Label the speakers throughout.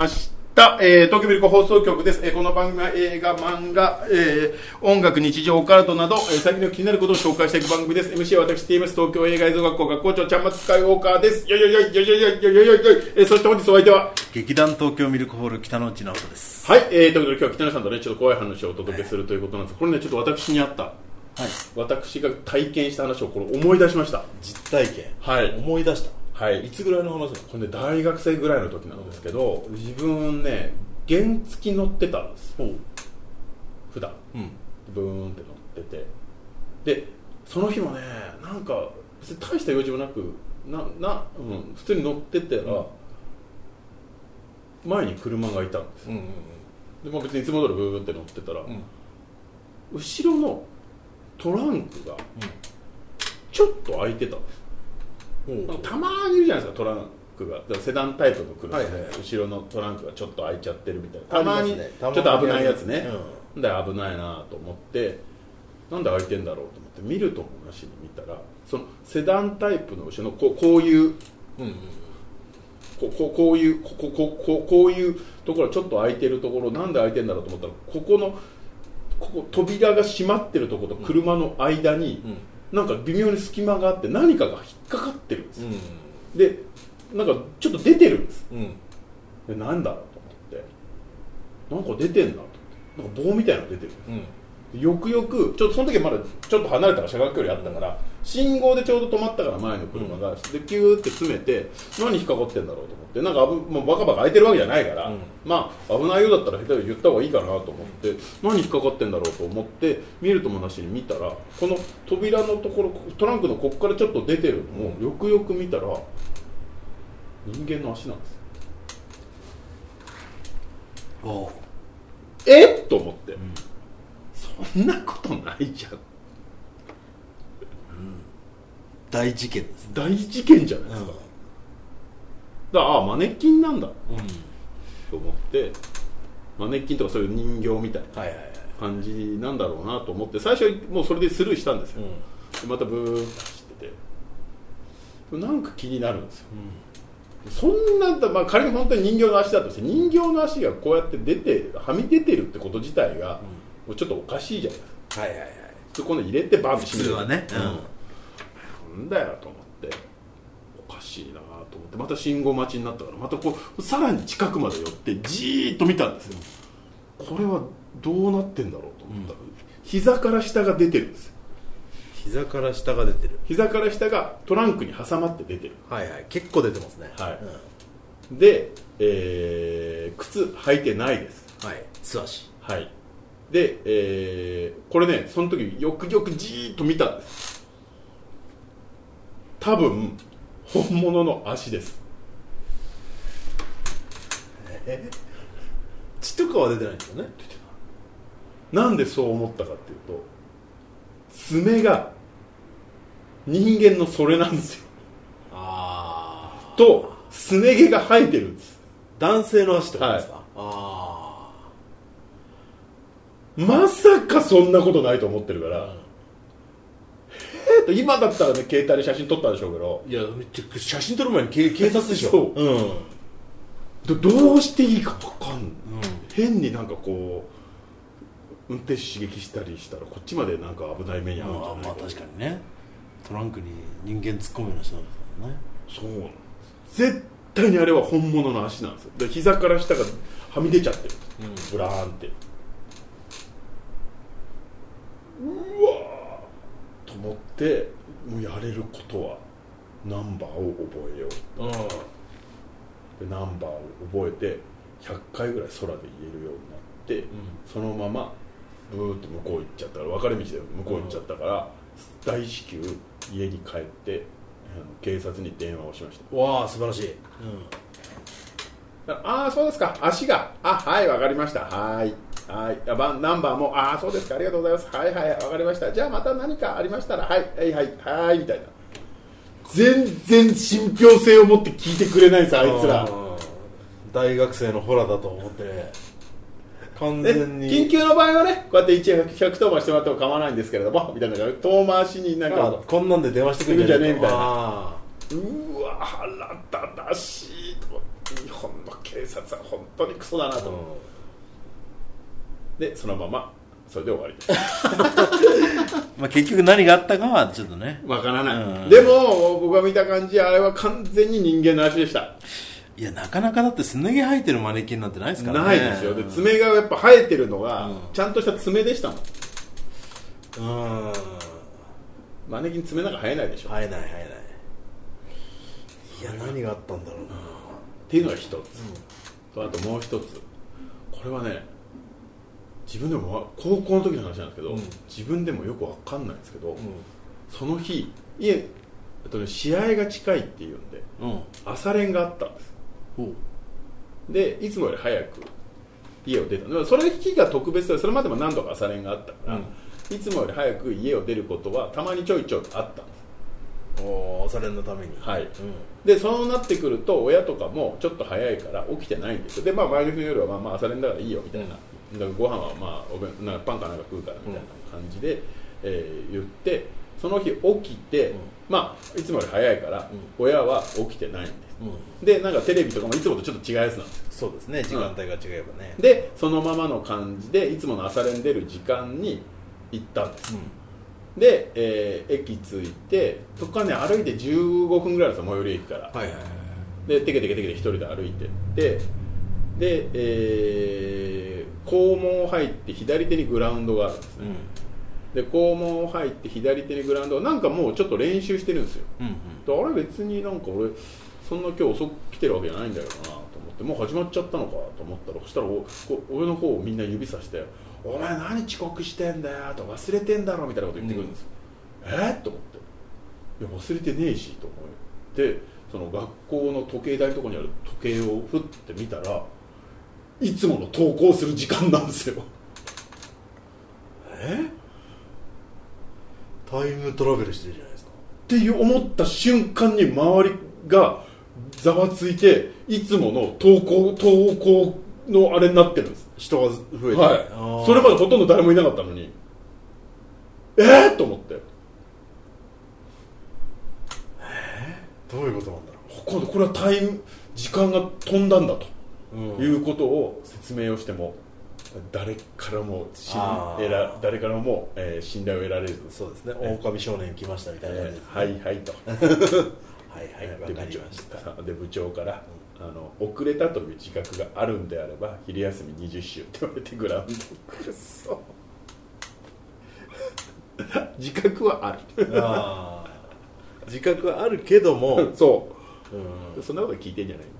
Speaker 1: ました。えー、東京ビルコ放送局です。えーこの番組は映画、漫画、えー音楽、日常、オカルトなど、えー最近の気になることを紹介していく番組です。MC は私、TMS 東京映画映像学校学校長、ちゃんまつスカイウォーカーです。よいよいよいよいよいよいよいよいよいよいえーそして本日お相手は、
Speaker 2: 劇団東京ミルクホール北の内直人です
Speaker 1: はい、えー、ということで今日は北野さんとね、ちょっと怖い話をお届けするということなんですこれね、ちょっと私にあった、
Speaker 2: はい
Speaker 1: 私が体験した話をこれ思い出しました。
Speaker 2: 実体験
Speaker 1: はい
Speaker 2: 思い出した
Speaker 1: はい
Speaker 2: つぐらいの話なの
Speaker 1: これね大学生ぐらいの時なんですけど自分ね原付き乗ってたんです普段
Speaker 2: うん
Speaker 1: ブーンって乗っててでその日もねなんか別に大した用事もなくなな、うん、普通に乗ってたら、
Speaker 2: うん
Speaker 1: 前に車がいたんですよ
Speaker 2: うんうん
Speaker 1: で、まあ、別にいつも通りブーンって乗ってたら、
Speaker 2: うんうん
Speaker 1: 後ろのトランクがちょっと開いてたんです
Speaker 2: うん
Speaker 1: な
Speaker 2: お
Speaker 1: ん
Speaker 2: う
Speaker 1: かたまにいるじゃないですかトランクがだからセダンタイプの車で、
Speaker 2: はいはいはい
Speaker 1: 後ろのトランクがちょっと開いちゃってるみたいな
Speaker 2: あ
Speaker 1: た
Speaker 2: りま
Speaker 1: ますに
Speaker 2: ね
Speaker 1: ちょっと危ないやつね
Speaker 2: たまにあるやつね、
Speaker 1: なんで危ないなと思ってなんで開いてんだろうと思って見るともなしに見たらそのセダンタイプの後ろのこうこういう
Speaker 2: うんうん
Speaker 1: こうこうこういうこここうこうこういうところちょっと開いてるところなんで開いてんだろうと思ったらここのここ扉が閉まってるところと車の間に、
Speaker 2: うん
Speaker 1: なんか微妙に隙間があって何かが引っかかってるんですよ、でなんかちょっと出てるんです
Speaker 2: うんうん
Speaker 1: でなんだろうと思ってなんか出てんなと思ってなんか棒みたいなの出てる
Speaker 2: うん
Speaker 1: でよくよくちょっとその時まだちょっと離れたから車間距離あったから信号でちょうど止まったから前の車が、でキューって詰めて何引っかかってんだろうと思ってなんか危もうバカバカ開いてるわけじゃないから、
Speaker 2: うん
Speaker 1: まあ危ないようだったら下手に言った方がいいかなと思って何引っかかってんだろうと思って見るともなしに見たらこの扉のところトランクのここからちょっと出てるのをよくよく見たら人間の足なんですよ
Speaker 2: おう
Speaker 1: えっと思って、そんなことないじゃん
Speaker 2: 大事件です
Speaker 1: 大事件じゃないですか、だからああマネキンなんだ
Speaker 2: うん
Speaker 1: と思ってマネキンとかそういう人形みたいな
Speaker 2: はいはいはい
Speaker 1: 感じなんだろうなと思って最初もうそれでスルーしたんですよ、でまたブーンって走っててでもなんか気になるんですよそんなだ、まあ、仮に本当に人形の足だとして人形の足がこうやって出てはみ出てるってこと自体が、もうちょっとおかしいじゃないですか
Speaker 2: はいはいはい
Speaker 1: そこの入れてバンって
Speaker 2: 普通はね
Speaker 1: うんなんだよと思っておかしいなと思ってまた信号待ちになったからまたこうさらに近くまで寄ってじーっと見たんですよこれはどうなってんだろうと思ったら、膝から下が出てるんですよ
Speaker 2: 膝から下が出てる
Speaker 1: 膝から下がトランクに挟まって出てる
Speaker 2: はいはい結構出てますね
Speaker 1: はい
Speaker 2: うん
Speaker 1: で、えー靴履いてないです
Speaker 2: はい素足
Speaker 1: はいで、えーこれねその時よくよくじーっと見たんです多分本物の足です
Speaker 2: 血とかは出てないんですよね
Speaker 1: なんでそう思ったかっていうと爪が人間のそれなんですよ
Speaker 2: ああ
Speaker 1: とすね毛が生えてるんです
Speaker 2: 男性の足ってことですか、
Speaker 1: は
Speaker 2: あ
Speaker 1: まさかそんなことないと思ってるから、
Speaker 2: うん
Speaker 1: えーと今だったらね携帯で写真撮ったんでしょうけど
Speaker 2: あいやめっちゃ写真撮る前に警警察でしょ、
Speaker 1: そう
Speaker 2: ん
Speaker 1: どどうしていいか分かんない、
Speaker 2: うん
Speaker 1: 変になんかこう運転手刺激したりしたらこっちまでなんか危ない目に遭うんじゃ
Speaker 2: まあ、
Speaker 1: ない
Speaker 2: まあ
Speaker 1: か
Speaker 2: 確かにねトランクに人間突っ込むような人なんですからね
Speaker 1: そうなんです絶対にあれは本物の足なんですよで膝から下がはみ出ちゃってる
Speaker 2: う
Speaker 1: ブ
Speaker 2: ん
Speaker 1: ラーンってうわーと思ってもうやれることはナンバーを覚えよ
Speaker 2: うん
Speaker 1: うでナンバーを覚えて100回ぐらい空で言えるようになって、そのままブーって向こう行っちゃったから分かれ道で向こう行っちゃったから、大至急家に帰ってあの警察に電話をしました
Speaker 2: わあ素晴らしい、
Speaker 1: ああそうですか足があはいわかりましたはいはいあばナンバーもああそうですかありがとうございますはいはいわかりましたじゃあまた何かありましたらはいはいはいはいみたいな全然信憑性を持って聞いてくれないんですあいつら
Speaker 2: 大学生のホラだと思ってね完
Speaker 1: ね
Speaker 2: 全に
Speaker 1: 緊急の場合はねこうやって一応110番してもらっても構わないんですけれどもみたいな感じで遠回しになん
Speaker 2: あ
Speaker 1: か
Speaker 2: こんなんで電話してくるんじゃねえ
Speaker 1: するんじゃねえみ
Speaker 2: みたい
Speaker 1: たいな
Speaker 2: なあ
Speaker 1: うわ腹立たしいと日本の警察は本当にクソだなと思う、でそのままそれで終わりです
Speaker 3: まあ、結局何があったかはちょっとね
Speaker 1: わからない、
Speaker 3: うん
Speaker 1: でも僕が見た感じあれは完全に人間の足でした
Speaker 3: いやなかなかだってすね毛生えてるマネキンなんてないですからね
Speaker 1: ないですよで
Speaker 3: うん
Speaker 1: 爪がやっぱ生えてるのが、
Speaker 3: うん
Speaker 1: ちゃんとした爪でしたもん
Speaker 2: うん
Speaker 1: マネキン爪なんか生えないでしょ、
Speaker 2: 生えない生えないいや何があったんだろうな
Speaker 1: っていうのが一つ、とあともう一つこれはね自分でもわ高校の時の話なんですけど、
Speaker 2: うん
Speaker 1: 自分でもよくわかんないんですけど、その日いえあと、ね、試合が近いっていうんで
Speaker 3: うん
Speaker 1: 朝練があったんです
Speaker 3: ほう
Speaker 1: でいつもより早く家を出たでもそれ日が特別でそれまでも何度か朝練があったから、いつもより早く家を出ることはたまにちょいちょいあったんです
Speaker 2: うんおおそれのために
Speaker 1: はい
Speaker 2: うん
Speaker 1: でそうなってくると親とかもちょっと早いから起きてないんですよで、まあ、前の日の夜はまあまあ朝練だからいいよみたいな、だからご飯はまあお弁なんかパンかなんか食うからみたいな感じで、えー言ってその日起きて、
Speaker 2: うん
Speaker 1: まあいつもより早いから、
Speaker 2: う
Speaker 1: 親は起きてないんです
Speaker 2: うん
Speaker 1: でなんかテレビとかもいつもとちょっと違うやつなんです
Speaker 2: そうですね時間帯が違えばね
Speaker 1: でそのままの感じでいつもの朝練出る時間に行ったんですで、えー駅着いてそこからね歩いて15分ぐらいですよ最寄り駅から
Speaker 2: はいはいはい
Speaker 1: でテケテケテケで一人で歩いてってで、えー校門を入って左手にグラウンドがあるんですねで校門を入って左手にグラウンドなんかもうちょっと練習してるんですよ
Speaker 3: うんうん
Speaker 1: であれ別になんか俺そんな今日遅く来てるわけじゃないんだけどなと思ってもう始まっちゃったのかと思ったらそしたらおこ俺の方をみんな指さして「お前何遅刻してんだよ」と「忘れてんだろ」みたいなこと言ってくるんですよ、えっと思って「いや忘れてねえし」と思ってその学校の時計台のところにある時計をふって見たらいつもの登校する時間なんですよ
Speaker 2: えタイムトラベルしてるじゃないですか
Speaker 1: っていう思った瞬間に周りがざわついていつもの投稿投稿のあれになってるんです、
Speaker 2: 人が増えて
Speaker 1: はい、それまでほとんど誰もいなかったのにえー、と思って
Speaker 2: どういうことなんだろ
Speaker 1: 今度これはタイム時間が飛んだんだと
Speaker 2: う
Speaker 1: いうことを説明をしても誰からも信
Speaker 2: あー
Speaker 1: 得ら誰からも、えー信頼を得られず
Speaker 2: そうですね狼少年来ましたみたいな
Speaker 1: え
Speaker 2: 感じです
Speaker 1: ーはいはいと
Speaker 2: はいはい
Speaker 1: で
Speaker 2: わか
Speaker 1: 部
Speaker 2: り
Speaker 1: 長
Speaker 2: ました
Speaker 1: で部長から、あの遅れたという自覚があるんであれば昼休み20周って言われてグラウンドくっそ 自覚はある
Speaker 2: あー自覚はあるけども
Speaker 1: そ
Speaker 2: うん
Speaker 1: うそんなこと聞いてんじゃないんだ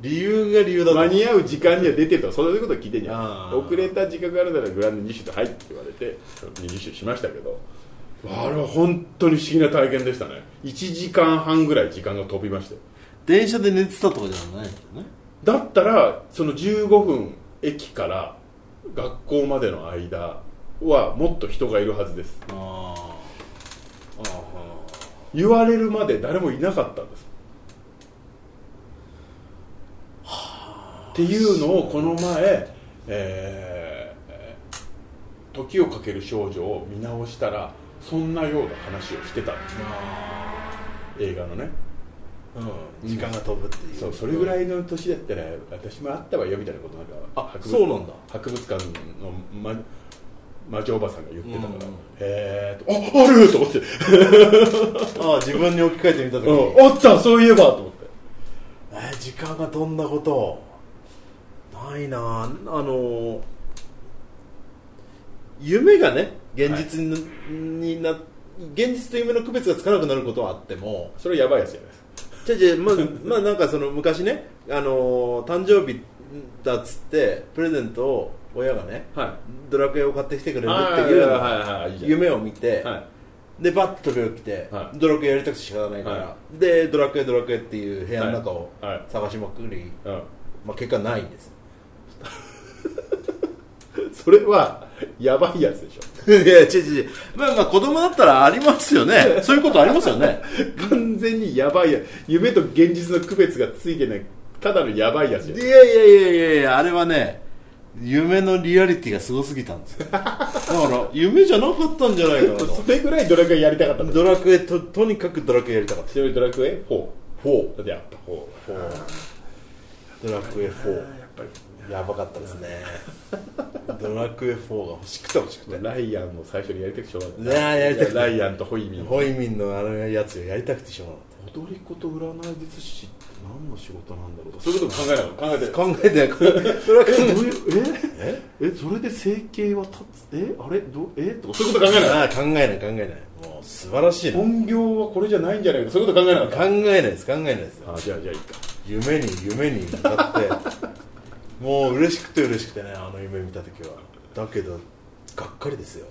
Speaker 2: 理由が理由だと
Speaker 1: 間に合う時間には出てるとそういうこと聞いてんじゃ
Speaker 2: あ
Speaker 1: ない
Speaker 2: ー
Speaker 1: 遅れた自覚があるならグラウンド20周と入って言われて20周しましたけどあれは本当に不思議な体験でしたね1時間半ぐらい時間が飛びましたよ
Speaker 3: 電車で寝てたとかじゃないんだよね
Speaker 1: だったらその15分駅から学校までの間はもっと人がいるはずです
Speaker 3: あ
Speaker 2: あー
Speaker 1: 言われるまで誰もいなかったんですっていうのをこの前、えー時をかける少女」を見直したらそんなような話をしてたんです
Speaker 2: あ
Speaker 1: 映画のね
Speaker 2: ーうん時間が飛ぶっていう
Speaker 1: そうそれぐらいの年だったら私もあったわよみたいなことなんか
Speaker 2: あ
Speaker 1: 博
Speaker 2: そうなんだ
Speaker 1: 博物館のま魔女おばさんが言ってたから、
Speaker 2: うんうん
Speaker 1: へえとああると思って、
Speaker 2: ああ自分に置き換えてみた時に
Speaker 1: うんあったそういえばと思って
Speaker 2: えー時間が飛んだことないなああの夢がね現実に,、な現実と夢の区別がつかなくなることはあっても
Speaker 1: それやばいやつじゃないですか
Speaker 2: じゃじゃ まあまあなんかその昔ねあの誕生日だっつってプレゼントを親がね
Speaker 1: はい
Speaker 2: ドラクエを買ってきてくれる
Speaker 1: あ
Speaker 2: っ
Speaker 1: あ
Speaker 2: て
Speaker 1: い
Speaker 2: い
Speaker 1: や
Speaker 2: う
Speaker 1: はいはいはいいいじゃん
Speaker 2: 夢を見て、
Speaker 1: はい
Speaker 2: でバッと飛び起きて、
Speaker 1: はい
Speaker 2: ドラクエやりたくて仕方ないから、
Speaker 1: は
Speaker 2: でドラクエドラクエっていう部屋の中を
Speaker 1: はいはい
Speaker 2: 探しまくり、
Speaker 1: う
Speaker 2: まあ、結果ないんで すよ
Speaker 1: ん、それはやばいやつでしょ
Speaker 2: いや違う違う
Speaker 3: まあまあ子供だったらありますよ ねそういうことありますよね
Speaker 1: 完全にやばいや夢と現実の区別がついてないただのやばいやつじゃ
Speaker 3: い
Speaker 1: ん
Speaker 3: やいやいやいやいやあれはね夢のリアリティがすごすぎたんですよだから夢じゃなかったんじゃないかなと
Speaker 1: それぐらいドラクエやりたかったんだ
Speaker 2: ドラクエととにかくドラクエやりたかった
Speaker 1: ちなみにドラクエ4
Speaker 2: 4
Speaker 1: だってやっぱ4
Speaker 2: あドラクエ4
Speaker 1: やっぱり
Speaker 2: やばかったですねドラクエ4が欲しくて欲しくて
Speaker 1: ライアンも最初にやりたくてしょうが
Speaker 2: ねえやりたくて
Speaker 1: ライアンとホイミン
Speaker 2: ホイミンのあのやつをやりたくてしょうがなかった
Speaker 1: 踊り子と占い術師って何の仕事なんだろうとそういうことも考えながら考えて
Speaker 2: 考えてこれそれは考
Speaker 1: えどういうえ
Speaker 2: え
Speaker 1: えそれで生計は立つえあれどうえとかそういうこと考えなが
Speaker 2: ああ考えない考えないもう素晴らしい
Speaker 1: ら
Speaker 2: ね
Speaker 1: 本業はこれじゃないんじゃないかそういうこと考えなが
Speaker 2: 考
Speaker 1: ら
Speaker 2: えないです考えないですよ
Speaker 1: あじゃあじゃあいいか
Speaker 2: 夢に夢に向かって もう嬉しくて嬉しくてねあの夢見た時はだけどがっかりですよ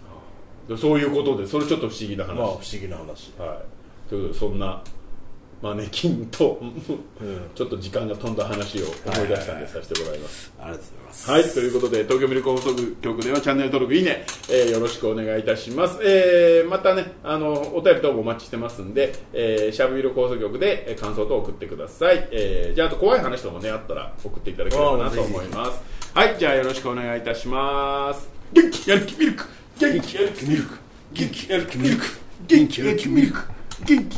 Speaker 1: でそういうことでそれちょっと不思議な
Speaker 2: まあ
Speaker 1: 話、
Speaker 2: 不思議な話、
Speaker 1: はいということでそんなマネキンと
Speaker 2: うん、
Speaker 1: ちょっと時間が飛んだ話を思い出したんでさせてもらいます
Speaker 2: ありがとうございます
Speaker 1: はい、ということで、東京ミルク放送局ではチャンネル登録、いいね、えーよろしくお願いいたします。えーまたね、あの、お便り等もお待ちしてますんで、えーシャブミルク放送局でえー感想等送ってください。えーじゃあ、あと怖い話とかもね、あったら送っていただければなと思います。はい、じゃあよろしくお願いいたします。元気やる気ミルク元気やる気ミルク元気やる気ミルク元気やる気ミルク元気